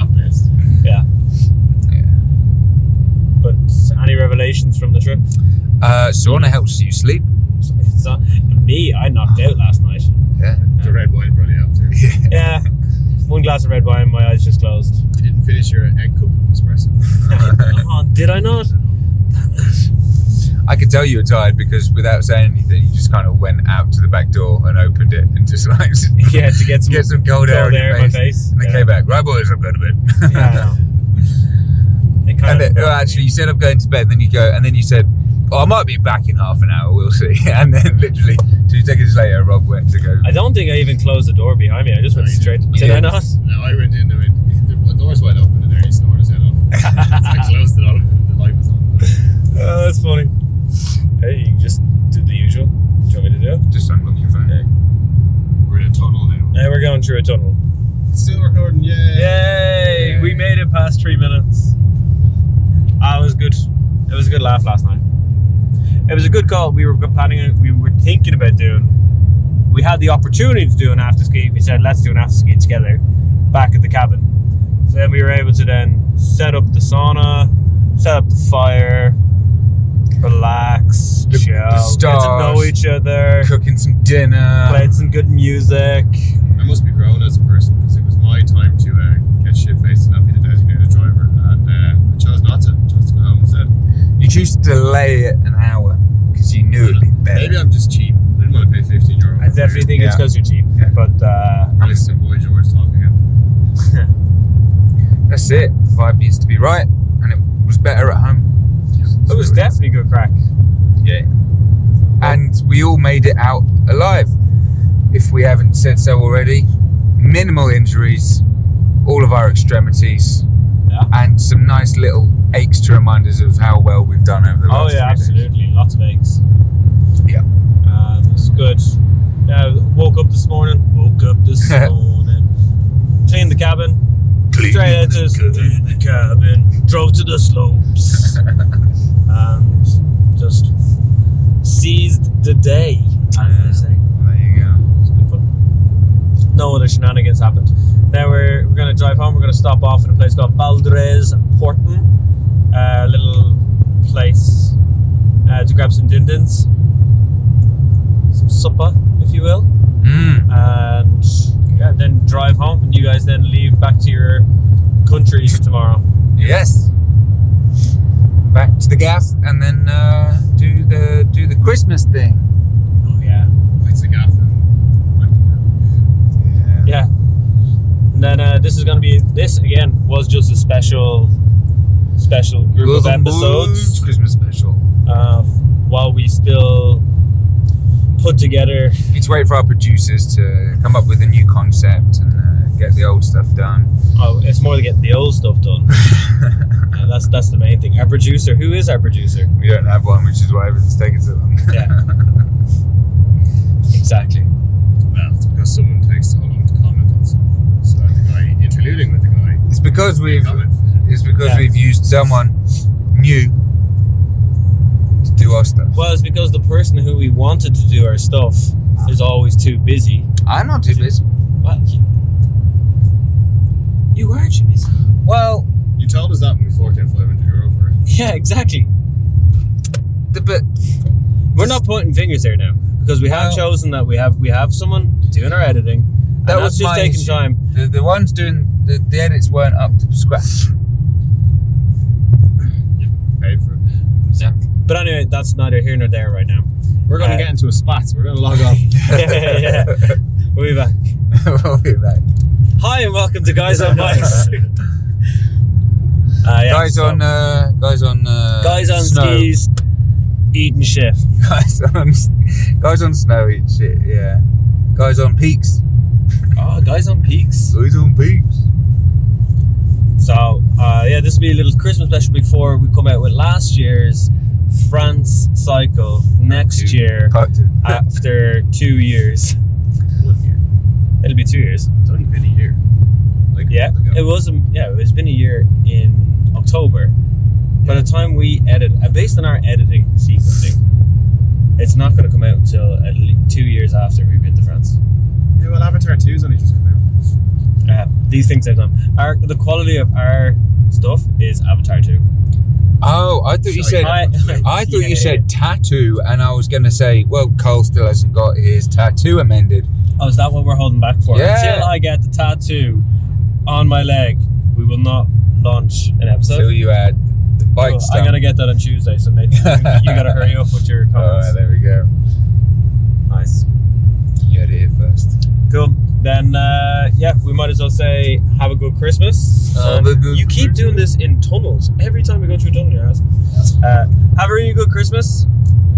At best. but any revelations from the trip? <laughs> uh, sauna helps you sleep. It's not, me, I knocked out last night. Yeah. The red wine probably helped too. Yeah, Yeah. one glass of red wine, my eyes just closed. You didn't finish your egg cup of espresso. oh, did I not? <laughs> I could tell you were tired because without saying anything, you just kind of went out to the back door and opened it and just like <laughs> Yeah, to get some get some cold, cold air, in air your in my face. face. And they Yeah. came back, right, boys, I'm going to bed. Yeah, I know. It and kind then, of- oh, actually, you said I'm going to bed, then you go, and then you said, oh, I might be back in half an hour, we'll see. <laughs> And then literally two seconds later, Rob went to go. I don't think I even closed the door behind me. I just went No, you straight. didn't. Did Yeah. I not? No, I went in and went, the the door's wide open and there he snored his head off. <laughs> so I closed it on the light was on. Oh, that's funny. Hey, you just did the usual. Do you want me to do it? Just unlock your phone. We're in a tunnel now. Now we're going through a tunnel. Still recording, yay! Yay! We made it past three minutes. Ah, it was good. It was a good laugh last night. It was a good call. We were planning. it. We were thinking about doing. We had the opportunity to do an after ski. We said, let's do an after ski together, back at the cabin. So then we were able to then set up the sauna, set up the fire, relax, Look at chill, the get to know stars. each other, Cooking some dinner. played some good music. I must be grown as a person because it was my time to uh, get shit faced and not be the designated driver. And uh, I chose not to. um, I chose to go home instead. You choose to delay it an hour because you knew it'd be better. Maybe I'm just cheap. I didn't want to pay 15 euro. I definitely think it's Yeah. because you're cheap, Yeah. but. Uh, I listened to Boy George talking again. That's it. The vibe needs to be right, and it was better at home. It was definitely good crack. Yeah. And we all made it out alive. If we haven't said so already, minimal injuries, all of our extremities, Yeah. and some nice little aches to remind us of how well we've done over the Oh last yeah, three days. absolutely. Lots of eggs. Yeah. Um, it's good. Yeah, woke up this morning. Woke up <laughs> this morning. Cleaned the cabin. straight out to the cabin. Drove to the <laughs> slopes. and just seized the day, as they say. There you go. It's good fun. No other shenanigans happened. Now we're, we're going to drive home. We're going to stop off in a place called Baldres Porton, a little place uh, to grab some dindins, some supper, if you will, Mm. and yeah, then drive home. And you guys then leave back to your countries tomorrow. Yes. Back to the gaff, and then uh, do the do the Christmas thing. Oh yeah. It's a gaff and went to work. Yeah. And then uh, this is going to be this again was just a special, special group of Golden episodes. Boots Christmas special. uh, while we still put together. Need to wait for our producers to come up with a new concept and uh, get the old stuff done. Oh, it's more to get the old stuff <laughs> done. Uh, that's that's the main thing. Our producer, who is our producer? we don't have one, which is why everything's taking so long. Yeah. <laughs> Exactly. Well, it's <laughs> because someone takes so long to comment on something. So the guy interluding with the guy it's because we've comments. it's because Yeah. we've used someone new to do our stuff. Well, it's because the person who we wanted to do our stuff is always too busy. I'm not too busy. What? You, you are too busy. Well, You told us that when we forked out 500 euro for it. <laughs> Yeah, exactly. the, but We're not pointing fingers here now because we have Well- chosen that we have we have someone doing our editing. and That that's was just my taking issue. time. the, the ones doing the, the edits weren't up to scratch. We paid for it. But anyway, that's neither here nor there right now. We're going to Uh, get <laughs> <laughs> into a spat. We're going to log off. <laughs> yeah, yeah. We'll be back. we'll be back. uh, Hi and welcome to Guys <laughs> on Bikes. Uh, yeah, guys, so- on, uh, guys on. uh, guys on snow. skis, eating shit. <laughs> Guys on. Guys on snowy shit. Yeah. Guys on peaks. Oh, guys on peaks. Guys on peaks. So uh, yeah, this will be a little Christmas special before we come out with last year's France cycle next year Part two. after two years. Uh, One year. It'll be two years. It's only been a year. Like a Yeah, month ago. it was. um, Yeah, it's been a year in October. By the time we edit, uh, based on our editing sequencing, it's not going to come out until at least two years after we've been to France. Yeah, well, Avatar 2's only just come out. Uh, these things take time. Our the quality of our stuff is Avatar Two. Oh, I thought you said. I, I thought <laughs> Yeah, you said tattoo, and I was going to say, well, Cole still hasn't got his tattoo amended. Oh, is that what we're holding back for? Yeah. Until I get the tattoo on my leg, we will not launch an So episode. you had the bike Oh, I stamp. gotta get that on Tuesday, so <laughs> Nathan, you, you gotta hurry up with your All comments. right, there we go. nice. You had it here first. Cool. Then, uh, yeah, we might as well say have a good Christmas. Um, Have a good you keep doing this in tunnels. Every time we go through a tunnel, you're asking. Uh, have a really good Christmas.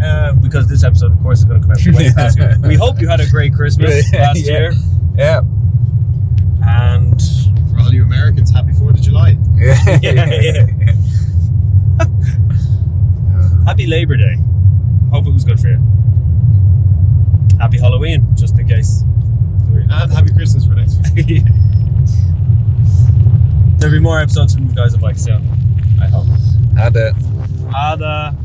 Uh, because this episode, of course, is going to come out. way past you. <laughs> We hope you had a great Christmas Yeah. last year. Yeah. And For all you Americans, happy 4th of July. <laughs> Yeah. <laughs> Yeah, happy Labor Day. Hope it was good for you. Happy Halloween, just in case. And happy Christmas for next week. <laughs> There'll be more episodes from Guys on Bikes soon. I hope. Had it. Ada.